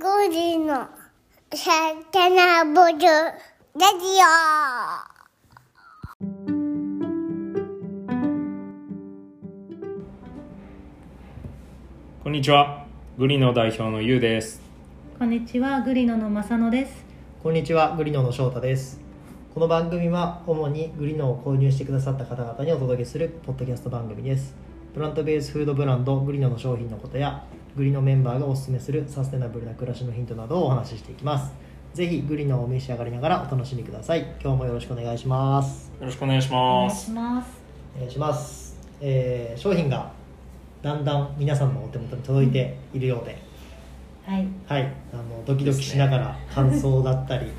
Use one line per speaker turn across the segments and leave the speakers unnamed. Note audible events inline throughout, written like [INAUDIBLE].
富士のサテナブルラジ
こんにちは。グリの代表のゆうです。
こんにちは、グリノの正野です。
こんにちは、グリノの翔太です。この番組は主にグリノを購入してくださった方々にお届けするポッドキャスト番組です。プラントベースフードブランドグリノの商品のことやグリノメンバーがおすすめするサステナブルな暮らしのヒントなどをお話ししていきます。ぜひグリノをお召し上がりながらお楽しみください。今日もよろしくお願いします。
よろしくお願いし
お
ま
願いし
す。
ます。
お願いします。えー商品がだんだん皆さんのお手元に届いているようで、
はい、
はい、あのドキドキしながら感想だったり、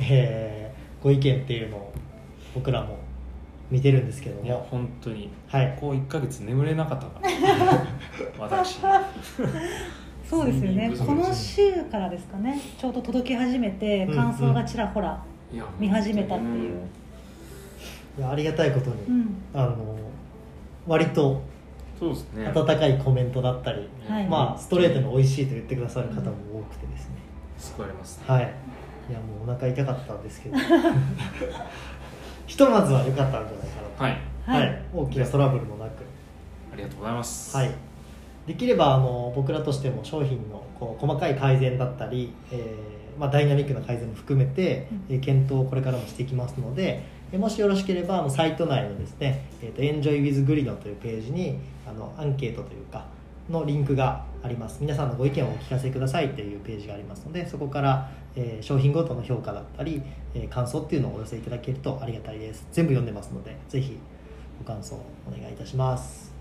えーご意見っていうのを僕らも見てるんですけど
いや、
も、
本当に。
はい、
こう1ヶ月眠れなかった [LAUGHS] から。私。
そうですよね
睡眠不。足
この週からですかね。ちょうど届き始めて、
うん
感想がちらほら。
いや
見始めたっていう。
いやありがたいことに、
うん、
あの割と
そうですね。
温かいコメントだったり、
はい
まあ、ストレートに美味しいと言ってくださる方も多くてですね、
救われますね。
はい、いやもうお腹痛かったんですけ
[LAUGHS]
ど、ひとまずは良かったんじゃないかなと、
はい。
はい
大きなトラブルもなく。
ありがとうございます。
はい、できればあの僕らとしても商品のこう細かい改善だったり、えーまあ、ダイナミックな改善も含めて、えー検討をこれからもしていきますので、えーもしよろしければあのサイト内のですね「えーと EnjoyWithGrino」というページにあのアンケートというかのリンクがあります皆さんのご意見をお聞かせくださいというページがありますのでそこから、えー商品ごとの評価だったり、えー感想っていうのをお寄せいただけるとありがたいです全部読んでますのでぜひご感想お願いいたします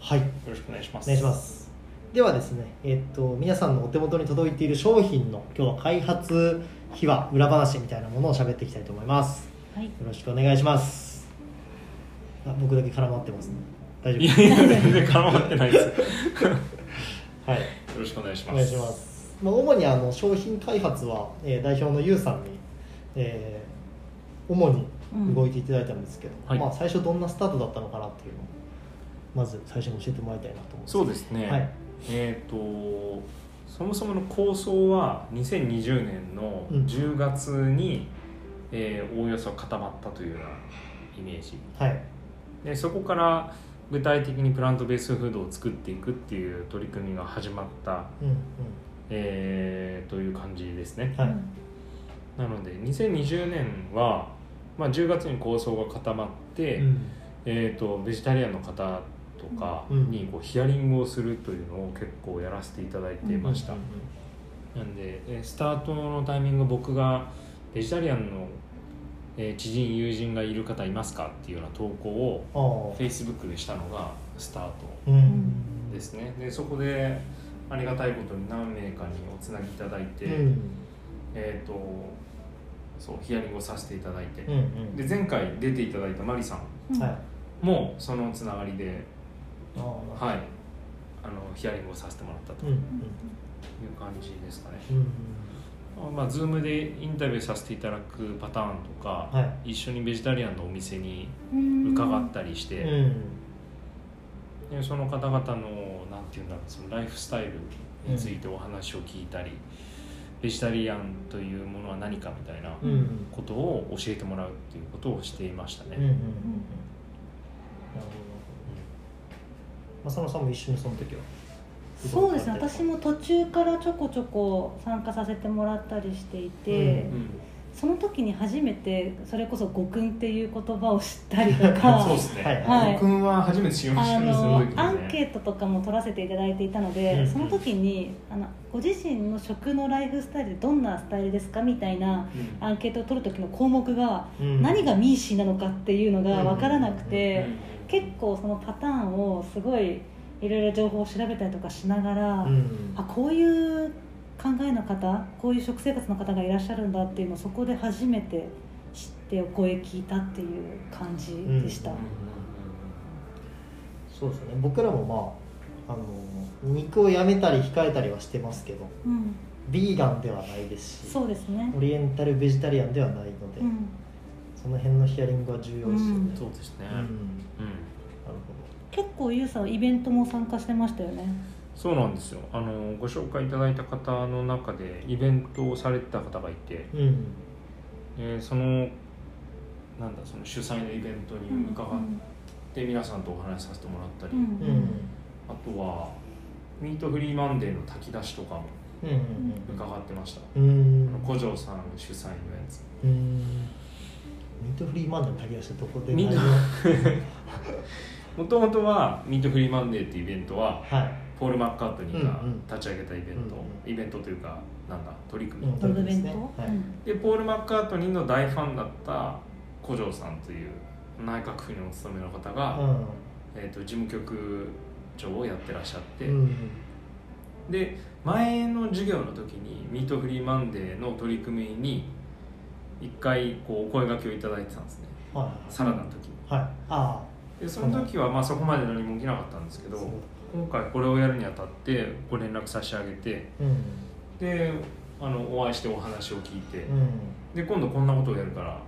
はい
よろしくお願いします。
お願いしますではですね、えっと皆さんのお手元に届いている商品の今日は開発秘話裏話みたいなものを喋っていきたいと思います
はい、
よろしくお願いしますあ僕だけ絡まってますね大丈
いやいや、全然絡まってないです。よ
夫 [LAUGHS] はい
ろしくお願いします。
お願いします、まあ、主にあの商品開発は、えー代表のゆうさんに、えー主に動いていただいたんですけど、
うんはい
まあ、最初どんなスタートだったのかなっていうのをまず最初に教えてもらいたいなと思います
そうですね。
はい
えっ、と。そもそもの構想は2020年の
うん
10月に、えーおおよそ固まったというようなイメージ
はい
でそこから具体的にプラントベースフードを作っていくっていう取り組みが始まった、
うんうん
えーという感じですね
はい、
なので2020年は、まあ、10月に構想が固まって、
うん
えー、とベジタリアンの方とかにこうヒアリングをするというのを結構やらせていただいてました、なんで、えースタートのタイミング僕がベジタリアンの、えー知人友人がいる方いますかっていうような投稿を
ああ
Facebook でしたのがスター
う
ト
ん
ですねでそこでありがたいことに何名かにおつなぎいただいて、
うん
えっ、とそうヒアリングをさせていただいて、
うんうん
で前回出ていただいたマリさん
うん
はい
もそのつながりで、
ああ
はい、あのヒアリングをさせてもらったと
う
い
ん
う
うん
感じですかね、
うん
まあ、Zoom でインタビューさせていただくパターンとか、
は
一緒にベジタリアンのお店に
うん
伺ったりし
い
て、
うん
でその方々のなんていうんだろうそのライフスタイルについてお話を聞いたり、ベジタリアンというものは何かみたいな
うんうん
ことを教えてもらうっていうことをしていました
うんうんうんな
ね、
るほどまあ佐野さんも一緒にその時は
そうですね。私も途中からちょこちょこ参加させてもらったりしていて、
う
うん
その時に初めてそれこそ五訓っていう言葉を知ったりと
[LAUGHS]
か、
そうですね、
はい
はい
僕は初めて知りまし
あ
たね
の
そ
ア
時
ンケートとかも取らせていただいていたので、
うん
その時にあのご自身の食のライフスタイルでどんなスタイルですかみたいな
うん
アンケートを取る時の項目が
うん
何がミーシーなのかっていうのが分からなく
うん
て結構そのパターンをすごいいろいろ情報を調べたりとかしながら、
うん
あこういう考えの方こういう食生活の方がいらっしゃるんだっていうのをそこで初めて知ってお声聞いたっていう感じでした。
うんそうですね僕らもまああの肉をやめたり控えたりはしてますけど
うん
ビーガンではないですし
そうですね
オリエンタルベジタリアンではないので
うん
その辺のヒアリングは重要ですよね
そうですね、
うんなる
結構ゆうさんはイベントも参加してましたよね
そうなんですよあのご紹介いただいた方の中でイベントをされてた方がいて、
うん
えーそのなんだその主催のイベントに伺って皆さんとお話しさせてもらったり、
うん
うんうん
あとはミートフリーマンデーの炊き出しとかも
うん
伺ってました、
うんうん
あの古城さん主催のやつ
うんミートフリーマンダの炊き出しってどこで
ミート
内容
もともとはミートフリーマンデーっていうイベントは
はい
ポール・マッカートニーが
うんうん
立ち上げたイベント、
うんうん
イベントというかなんだ取り組み、
うん
ブログ弁当、
はい
うん
でポール・マッカートニーの大ファンだった古城さんという内閣府にお勤めの方が、えー、と事務局長をやってらっしゃって、
うんうん
で前の授業の時にミートフリーマンデーの取り組みに一回こうお声掛けをいただいてたんですね
はい
サラダの時に
はいはいあ
でその時はまあそこまで何も起きなかったんですけど
そう
今回これをやるにあたってご連絡差し上げて
あうん
であのお会いしてお話を聞いて、
うん
で今度こんなことをやるから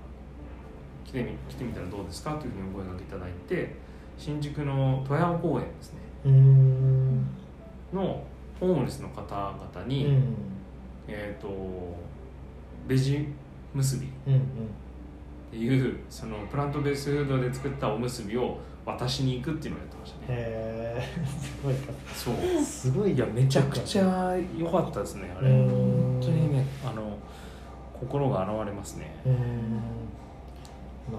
来てみ来てみたらどうですかというふうにお声掛けいただいて新宿の富山公園ですね
うーん
のホームレスの方々
うん
に、えっ、とベジ結びっ
うん
ていうそのプラントベースフードで作ったおむすびを渡しに行くっていうのをやってましたね
へえすごいか
そう
すごい
いやめちゃくちゃ良かったですねあれ
うん
本当にねあの心が洗われますね
うーんなるほ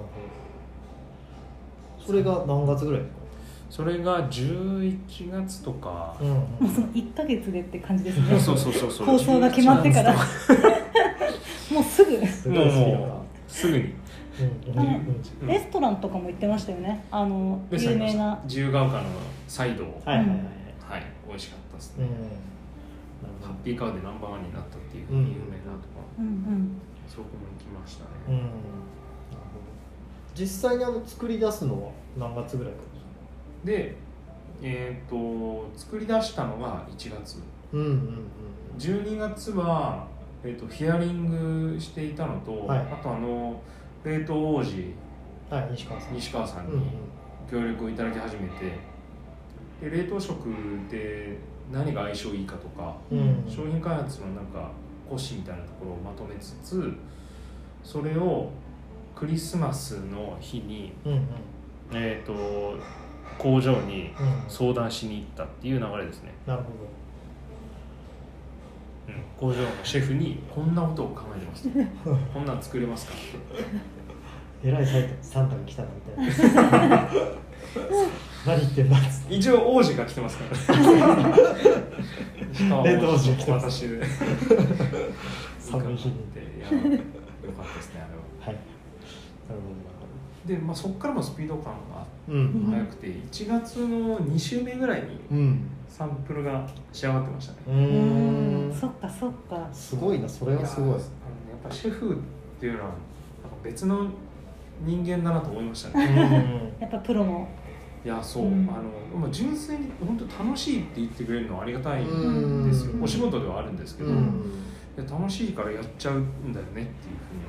どそれが何月ぐらいですか
それが11月とか、
うん
もうその1か月でって感じですね
そうそうそうそう
構想が決まってから
も
もうすぐ
す
う
ごい好きだな
もうすぐに
うんうん
あ
うん
レストランとかも行ってましたよねあの
で
有名な
自由が丘のサイドを
はいはいはいはい
はい美味しかったです
うん
ね、ハッピーカーでナンバーワンになったっていう有名なところ、
うんうん
そこも行きましたね、
うんなるほど実際にあの作り出すのは何月ぐらいからですか
でえっ、と作り出したのが1月
うんうん
12月は、えー、とヒアリングしていたのと、
はい
あとあの冷凍王子
うんはい西川さん
西川さん
うんうん
に協力をいただき始めて、で冷凍食で何が相性いいかとか、
うん
商品開発のなんか骨子みたいなところをまとめつつそれをクリスマスの日に、
うんうん
えー、と工場に
うん
相談しに行ったっていう流れですね、
なるほ
うん工場のシェフにこんなことを考えてますと
[LAUGHS]
こんなん作れますかって
どえらいサイトサンタが来たなみたいな何言ってんだっつって
一応王子が来てますから
[LAUGHS]
ねしかも
冷凍王子が来てます
私で
寒い日に
いやよかったですねあれは
はいなる
で、まあ、そこからもスピード感が
ほどなるほど
早くて1月の2週目ぐらいに
うんうん
サンプルが仕上がってましたね
う
う
ー
ん
ん
そっかそっか
すごいなそれはすごい
やーあのねやっぱシェフっていうのはなんか別の人間だなと思いましたね
うん
やっぱプロの
いやそう、
うん
あのまあ純粋に本当楽しいって言ってくれるのはありがたいん
うん
ですよ、
うん
お仕事ではあるんですけど、
う
い
ん
や楽しいからやっちゃうんだよねっていうふうに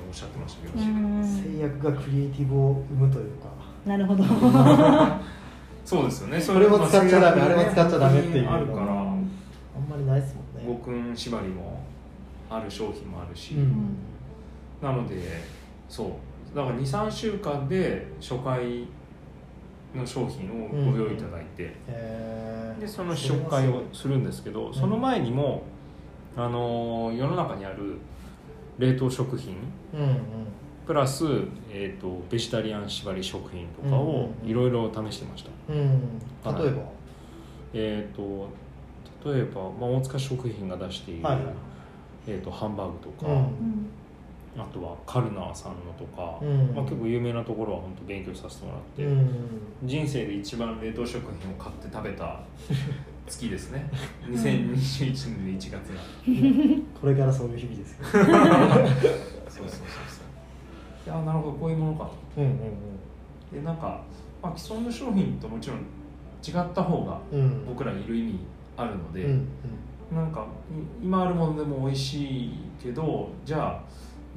おっしゃってましたけど、
制約がクリエイティブを生むというか
なるほど
そうですよねそ
これも使っちゃダメ
ま
あれも使っちゃダメっていう
あるから
あんまりないですもんね
五君縛りもある商品もあるし、
うん
なのでそうだから23週間で初回の商品をご用意いただいて、
へー
でその試食会をするんですけどその前にも、あのー世の中にある冷凍食品
うんうん
プラス、えー、とベジタリアン縛り食品とか
うん
を
うんうん
いろいろ試してました、
うん
はい
例えば
えっ、と例えば、まあ、大塚食品が出している、
はいはい
えー、とハンバーグとか、
うん
あとはカルナーさんのとか、
うん
まあ、結構有名なところは本当勉強させてもらって、
うん
人生で一番冷凍食品を買って食べた月です
[LAUGHS]
ね2021年の1月が
これからそういう日々ですよ
そうそうそうそういやなるほどこういうものか
うんうん
でなんか、まあ、既存の商品ともちろん違った方が
うんうん
僕らいる意味あるので、
うん
なんかい今あるものでも美味しいけどじゃ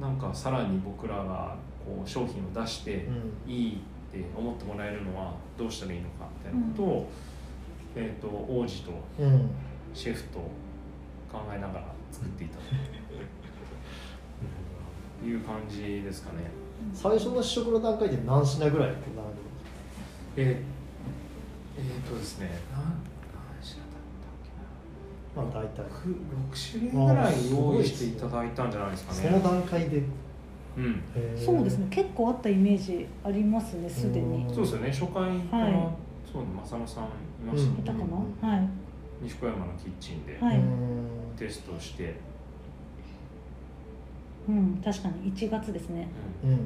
あなんかさらに僕らがこう商品を出して、
うんうん
いいって思ってもらえるのはどうしたらいいのかみたいなことを、えー、と王子と
うん
シフトを考えながら作っていたという感じですかね。
最初の試食の段階で何品ぐらい並んでるんですか
えー、えー、とですね、な何品だっ
まあ大体
たっけな、6種類ぐらい用意していただいたんじゃないですか
そ
ね。
の段階で、
うん、
えー
そうですね結構あったイメージありますねすでに
そうですよね、初回から、
はい
そう正野さんいました
うん
いたかな、
うん
はい
西小山のキッチンで
はいう
ーん
テストして、
うん確かに1月ですね
うんうん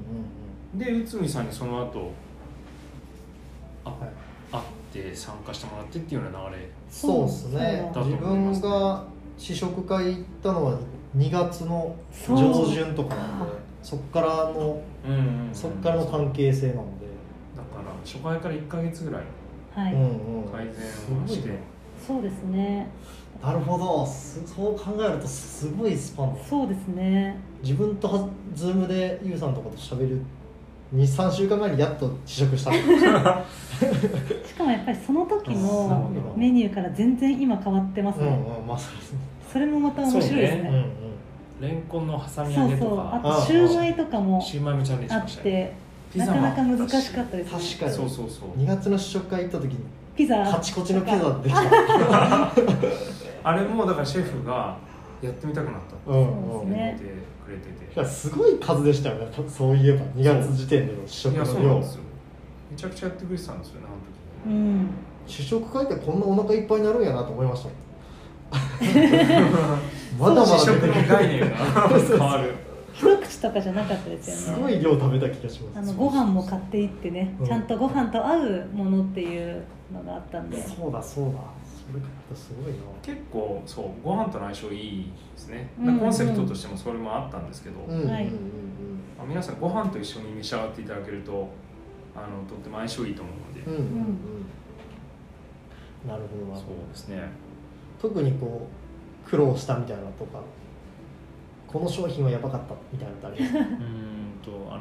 うんで内海さんにその後あ
うんはい
会って参加してもらってっていうような流れ
そうですね
そう
自分が試食会行ったのは2月の
そう
上旬とかなんでそっからの
うんうん
そっからの
だか
関係性なので、
ら初回から1か月ぐらい
はい、
うんうん
改善をし
すご
て
い
そうですね
ななるほどすそう考えるとすごいスパンだ
そうですね
自分とはズームでゆうさんとこと喋る23週間前にやっと試食
[LAUGHS]
したの
しかもやっぱりその時
そう
のメニューから全然今変わってます
う
ね、
んうんまあそうですね
それもまた面白いです
そう
うん
ね
うん
ね
レンコンの挟
そう
み
そ
揚
う
げと
あ
か
あ
とシューマイとかも
シューマイもチャレンジし
あ
ま
っ
したよ
て
ピ
な
ザ
か
も
なか難しかったですね
確かに
そうそうそう
2月の試食会行った時に
ピザ
カチコチのピザできた
あれもだからシェフがやってみたくなったって
うん
そうです
うん
ね
言ってくれてて
いやすごい数でしたよねとそういえば2月時点での試食
いやそ
の
うなん
量
ですよめちゃくちゃやってくれてたんですよねあの時
うん
試食会ってこんなお腹いっぱいになるんやなと思いましたも [LAUGHS] んまだま
試
だ出
食
て
の
くる
概念が [LAUGHS] 変わる
一口とかじゃなかったです
す
よ
ご
ね
い量食べた気がし
あ
ます
のご飯も買っていってね、
うん
ちゃんとご飯と合うものっていうのがあったんで
そうだそうだそれ買ったすごいな
結構そうご飯との相性いいですね、
うんうん
コンセプトとしてもそれもあったんですけど、
うんうんうん
はい
まあ皆さんご飯と一緒に召し上がっていただけるとあのとっても相性いいと思うので、
うんうんうんなるほどなる
そう
ほど
ですね
特にこう苦労したみたいなとかこの商品はやばかったみたいなのってありますか
うー
[LAUGHS]
んとあのやっ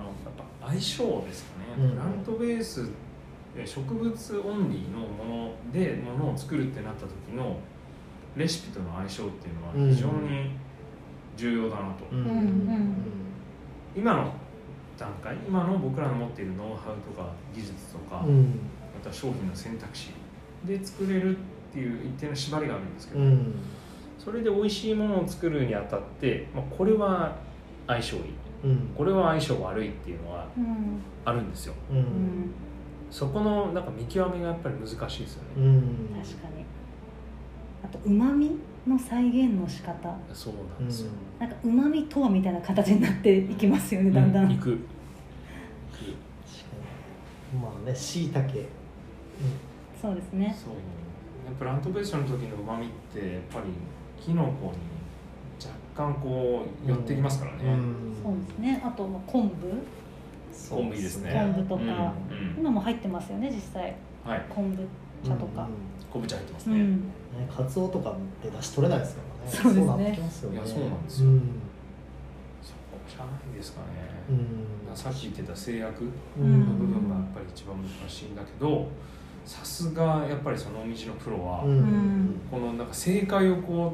ぱ相性ですかね、
うん
プラントベースえ植物オンリーのものでものを作るってなった時のレシピとの相性っていうのは非常に重要だなと、
うん
うんうん
今の段階今の僕らの持っているノウハウとか技術とか、
うんうん
また商品の選択肢で作れるっていう一定の縛りがあるんですけど、
うん
それで美味しいものを作るにあたって、まあ、これは相性いい
うん
これは相性悪いっていうのは
うん
あるんですよ
う
うんん
そこのなんか見極めがやっぱり難しいですよ
う
ね、
ん
確かにあとうまみの再現の仕方
そうな
うんん
ですよ、
なんかうまみとはみたいな形になっていきますよねだんだん、
う行く
確かにまあねしいたけ
そうですね
そうプラントベースの時のうまみってやっぱりキノコに若干こう寄ってきますからね、
そうですねあとまあ昆布
そう
コンビですね
昆布とか
うんうん
今も入ってますよね実際
はい
昆布茶とか
昆布茶入ってます
う
ね、
ん、
ねカツオとかって出汁取れないですからね
そうですね
なってきますよね
いやそうなんですよ
うん
そこじゃないですかね、
うん
さっき言ってた制約
う
うん
の部
ん
分がやっぱり一番難しいんだけどさすがやっぱりその道のプロは、
うん
このなんか正解をこ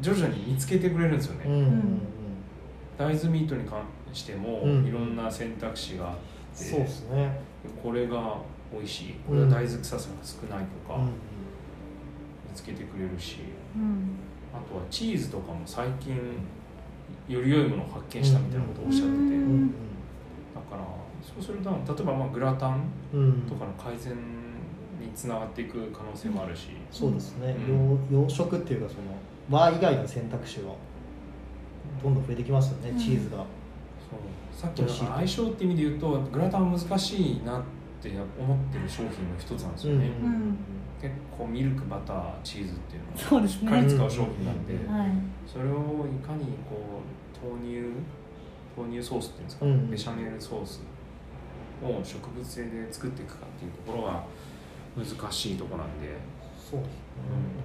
う徐々に見つけてくれるんですよね、
うんうん
大豆ミートに関しても、
うん
いろんな選択肢があって
そうですね
これが美味しいこれは大豆臭さが少ないとか
うん
見つけてくれるし、
うん
あとはチーズとかも最近より良いものを発見したみたいなことをおっしゃってて、
うん
うん
だからそうすると例えばまあグラタン
うん
とかの改善につながっていく可能性もあるし、
そうですね、
う
洋洋食っていうかその和以外の選択肢がどんどん増えてきますよね、
うん
チーズが
そうさっきの相性って意味で言うとグラタンは難しいなって思ってる商品の一つなんですよね、
ん
結構ミルクバターチーズっていうのを
そうです
しっ
ね
かり使う商品なんで、
うん
はい
それをいかにこう豆乳豆乳ソースっていうんですか、
うん
ベシャメルソースを植物性で作っていくかっていうところが難しいとこなんで、
そうですね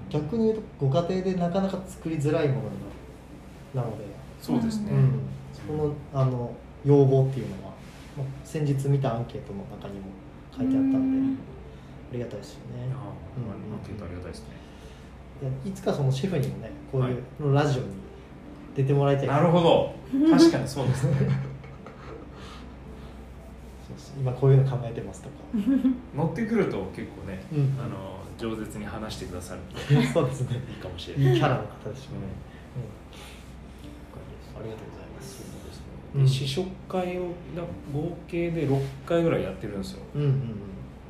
逆に言うとご家庭でなかなか作りづらいものなので、
そうですね、
う
うんそこのあの要望っていうのは、まあ先日見たアンケートの中にも書いてあったんで、
うん
ありがたいですよ
い
ね
やー、アンケートありがたいですね。
えいつかそのシェフにもねこういうラジオに出てもらいたい、
なるほ
[LAUGHS]
ど確かにそうですね
そうそう今こういうの考えてま
[LAUGHS]
すとか、
乗ってくると結構ね
うん
あの饒舌に話してくださるので
そうですね
いいかもしれない
いいキャラの方でしょうね、
ありがとうございますそうですね
う
で
ん
試食会をだ合計で6回ぐらいやってるんですよ
うん、うんうん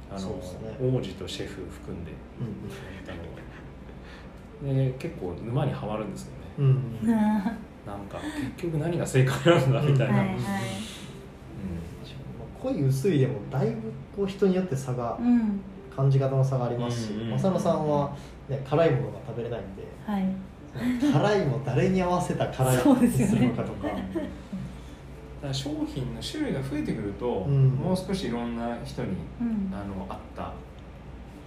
あの、
そうですね
王子とシェフ含んであので結構沼にはまるんですよね
うんうんうん
は
なんか結局何が正解なんだみた
い
いな、
は
うん
い
濃い薄いでもだいぶこう人によって差が
うん
感じ方の差がありますし
うんうん
浅野さんは、ね、辛いものが食べれな
[LAUGHS]
いんで
はい
その辛いも誰に合わせた辛い
そうです
に
よね
するのかとか、
だから商品の種類が増えてくると、
うん
もう少しいろんな人に
うん
あの合った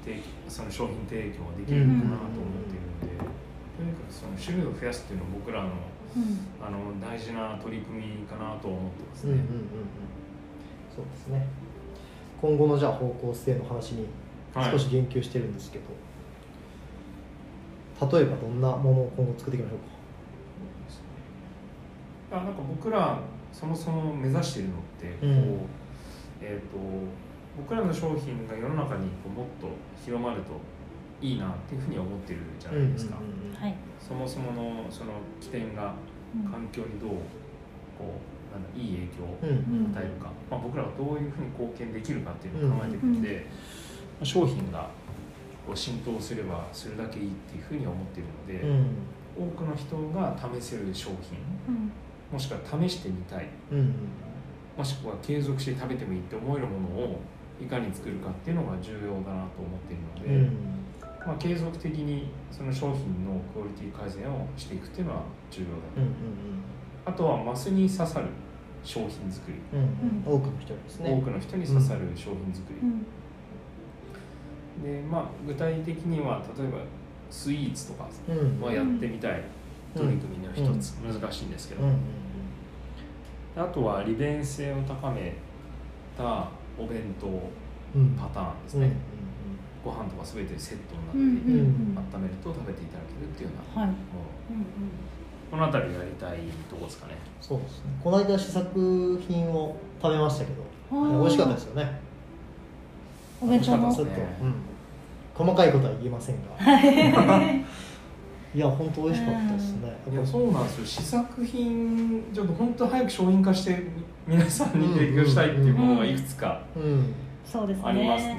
提その商品提供ができるのかなと思っているので、とにかくその種類を増やすっていうのは僕らの
うん
あの大事な取り組みかなと思ってます
うんうん
ね。
うんうんそうですね今後のじゃあ方向性の話に
はい
少し言及してるんですけど、例えばどんなものを今後作っていきましょうか
あなんか僕らそもそも目指しているのってこう、
うん
えっ、と僕らの商品が世の中にこうもっと広まるといいなっていうふうには思ってるじゃないですか、
うんうんうん
はい
そもそものその起点が
うん
環境にどうこうなんだいい影響を
うん
うん
与えるか、まあ、僕らがどういうふうに貢献できるかっていうのを考えていくので、まあ商品がこう浸透すればするだけいいっていうふうには思ってるの
う
で、
ん
多くの人が試せる商品
うん
もしくは試してみたい
うんうん
もしくは継続して食べてもいいって思えるものをいかに作るかっていうのが重要だなと思っているの
う
で、
ん
まあ、継続的にその商品のクオリティ改善をしていくっていうのは重要だ
うんうん
あとはマスに刺さる商品作り、
うんうんうん多くの人にですね
多くの人に刺さる商品作り
う、ん
でまあ具体的には例えばスイーツとか
うん
はやってみたい取り組みの一つ、難しいんですけど、
うんうん
あとは利便性を高めたお弁当
うん
パターンです
うん
ね、
うん
ご飯とか全てセットになって
う
い
ん
て、
うんうん
温めると食べていただけるっていうような
はい
も
うん
のこの辺りやりたいとこですかね
そうですねこの間試作品を食べましたけ
あー
ど美味しかったですよね
うんお弁
美味し
当
かったで
も
す
ちょっと、
ね
うん細かいことは言えませんが [LAUGHS] いや本当美味しかったですね
い
や
や
っぱ
そうなんですよ試作品ちょっと本当早く商品化して皆さんに提供したいっていうものがいくつか
うん
そうですね
あります
う
ね、
ん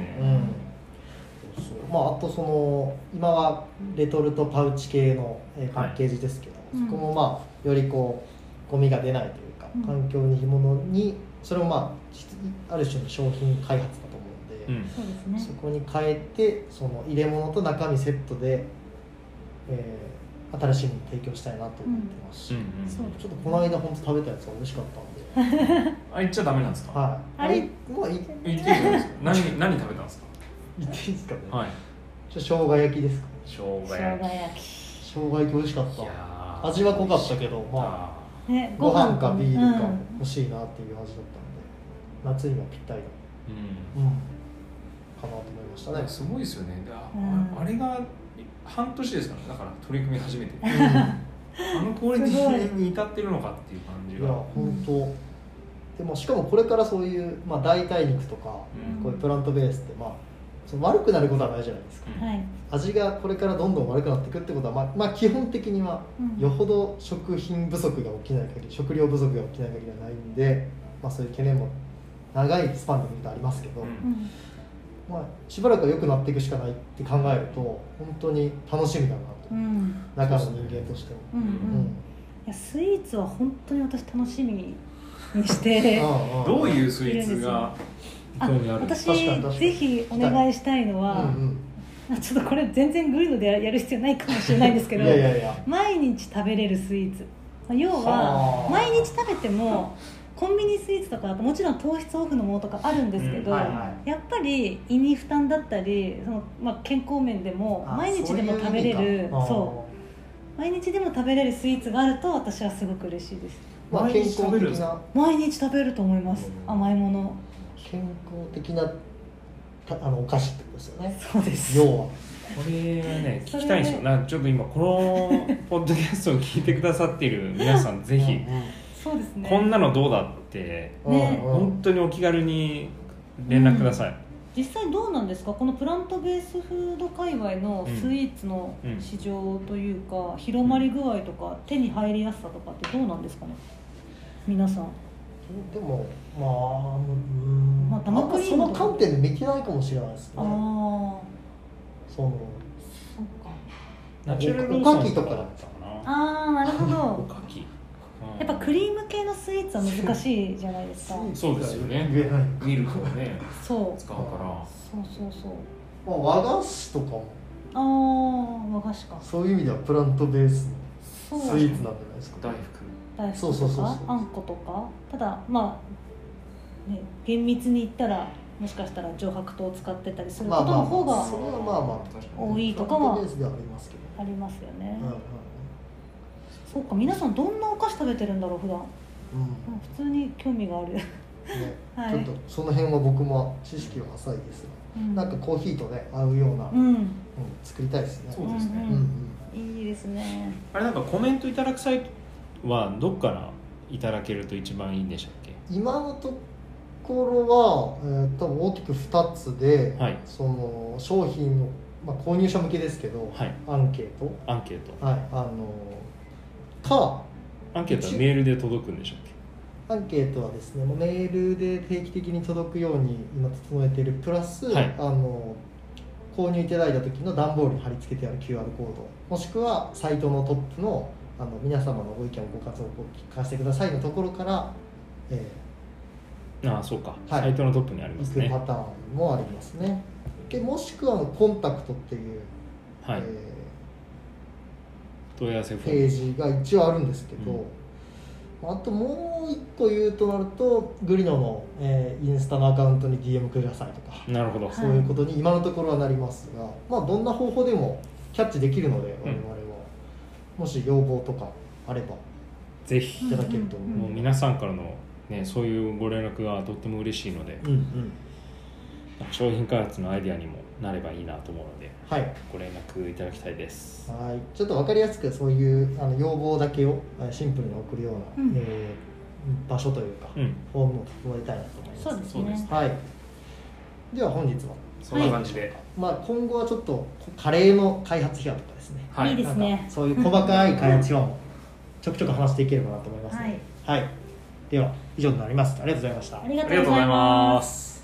そうそうまああとその今はレトルトパウチ系のえーパ
はい
ッケージですけど、
うん
そこもまあよりこうゴミが出ないというか、
うん
環境にいいものにそれもまあ質ある種の商品開発だと思うんで、
うん
そうですね
そこに変えてその入れ物と中身セットで、えー新しいものを提供したいなと思ってます
う
し、
んうんうん
そう
ちょっとこの間本当食べたやつが美味しかったん
[LAUGHS]
で、
あ言っちゃダメなんですか、
はい、
あれ
もうい
言っていいですか何何食べたんです
言っていいですかね、
かはい
ちょっと生姜焼きですか
生姜
生姜
焼き
焼き
生姜焼き美味しかっ
い
た
やー
味は濃かったけどまあ
あ
ね
ご飯か
と
ビールか
うん
欲しいなっていう味だったので夏にはぴったりだ、
ーうん
うん、かなと思いましたね
だからすごいですよねであ
うん
あれが半年ですからねだから取り組み始め [LAUGHS] て
うんいや
あのクオリティに至ってるのかっていう感じが
本当でもしかもこれからそういう、まあ、代替肉とか
うん
こういうプラントベースって、まあ、その悪くなることはないじゃないですか
はい
味がこれからどんどん悪くなっていくってことは、まあまあ、基本的には
うん
よほど食品不足が起きない限り食料不足が起きない限りはないんで、まあ、そういう懸念も長いスパンで見るとありますけど、
うん
うん
まあ、しばらくは良くなっていくしかないって考えると本当に楽しみだなと、
うん
中の人間としても。
うんう
うんん
いやスイーツは本当に私楽しみに
[LAUGHS]
して
ああ
どう
う
いうスイーツが
あ
興味あるんですか
私
確かに確かに
ぜひお願いしたいのは、
ん
あちょっとこれ全然グリルでやる必要ないかもしれないんです
う
け
ん、
ど
いやいやいや
毎日食べれるスイーツまあ要
は
は
あ
毎日食べてもコンビニスイーツとかあともちろん糖質オフのものとかあるんですけど、
うんはい
は
やっぱり胃に負担だったりその、まあ、健康面でも
あ
毎日でも食べれ
そういう意
る
味
そ
か
う毎日でも食べれるスイーツがあると私はすごく嬉しいです
ああまあ、
毎
健
日
康
食べるんで
的
す
な
か
毎日食べると思います
うん
甘いもの
健康的なたあのお菓子ってことですよね
そうです
要は
これはね
そ
聞
れ
きたいんですよなちょっと今このポッドキャストを聞いてくださっている皆さんぜひ
そうですね
こんなのどうだって
ね
本当にお気軽に連絡ください、
実際どうなんですかこのプラントベースフード界隈のスイーツの
うん
市場というか、広まり具合とか手に入りやすさとかってどうなんですかね皆さん
でもまあうん、
まあ生クリー
そ
ム
の
とか
観点で見てないかもしれないです
ああ
ねその
そっか
ナチュラルロー
お
ソン
かきとか
だったか
ああなるほ
なお
[LAUGHS]
ど
かき、うん
やっぱクリーム系のスイーツは難しいじゃないです
スイ
か
ーツ
そうですよね
言えない、
ミルクをね
そう
使うから
そうそうそう
まあ、和菓子とかも
ああ和菓子か
そういう意味ではプラントベース
そ
の
う
スイーツなんじゃないですか
大福
大福
そう
と
そうそう
か
そう
あんことかただまあ、ね、厳密に言ったらもしかしたら上白糖を使ってたりすることの方
まあまあそ
が
れはまあま
確
あ
かに
多いとか
プラン
は
トベースではありますけど、
ありますよね、
うんうん
そうか皆さんどんなお菓子食べてるんだろう普段
うん
うん普通に興味がある、
ね
はい
ちょっとその辺は僕も知識は浅いです
うん、
がなんかコーヒーとね合うような、
うん
うん作りたいですね
そうですね
う
う
ん
うんん
うん、いいですね
あれなんかコメントいただく際はどっからいただけると一番いいんでしたっけ
今のところは、えー、多分大きく2つで、
はい
その商品の、まあ、購入者向けですけど、
はい
アンケート、
アンケート
はい、あのか
アンケートはメールで届くんでしたっけ
アンケートはですねもうメールで定期的に届くように今整えているプラス、
はい
あの購入いただいた時の段ボールに貼り付けてある QR コードもしくはサイトのトップのあの皆様のご意見ご活用を聞かせてくださいのところから、え
ああそうか、
はい
サイトのトップにあり
ー
ます
行く
ね
パターンもありますねでもしくはあのコンタクトっていう、
はい、
え
問い合わせ
ー
フォー
ペー
ム
ジが一応あるんですけど、
うん
あともう一個言うとなるとグリノの、えーインスタのアカウントに DM くださいとか
なるほど、
はい
そういうことに今のところはなりますが、まあ、どんな方法でもキャッチできるので
う
我
ん
々は、もし要望とかあれば
ぜひ
いただけると思う、
ん
もう皆さんからの、ね、そういうご連絡がとっても嬉しいので
うんうん
商品開発のアイディアにもなればいいなと思うので
はい
ご連絡いただきたいです
はいちょっと分かりやすくそういうあの要望だけをえシンプルに送るような、
うん
えー場所というか、
うん
フォームを整えたいなと思います
そうです
そうです
ね
ね
はい、では本日は、
そんな感じで、
まあ、今後はちょっとカレーの開発秘話とかですね
はい
いですね
なんかそういう細かい開発秘話もちょくちょく話していければなと思いますので、
はい
はい、では以上になりますありがとうございました
ありが
あ
と
りが
うご
とうご
ざ
ざ
い
い
ま
ますす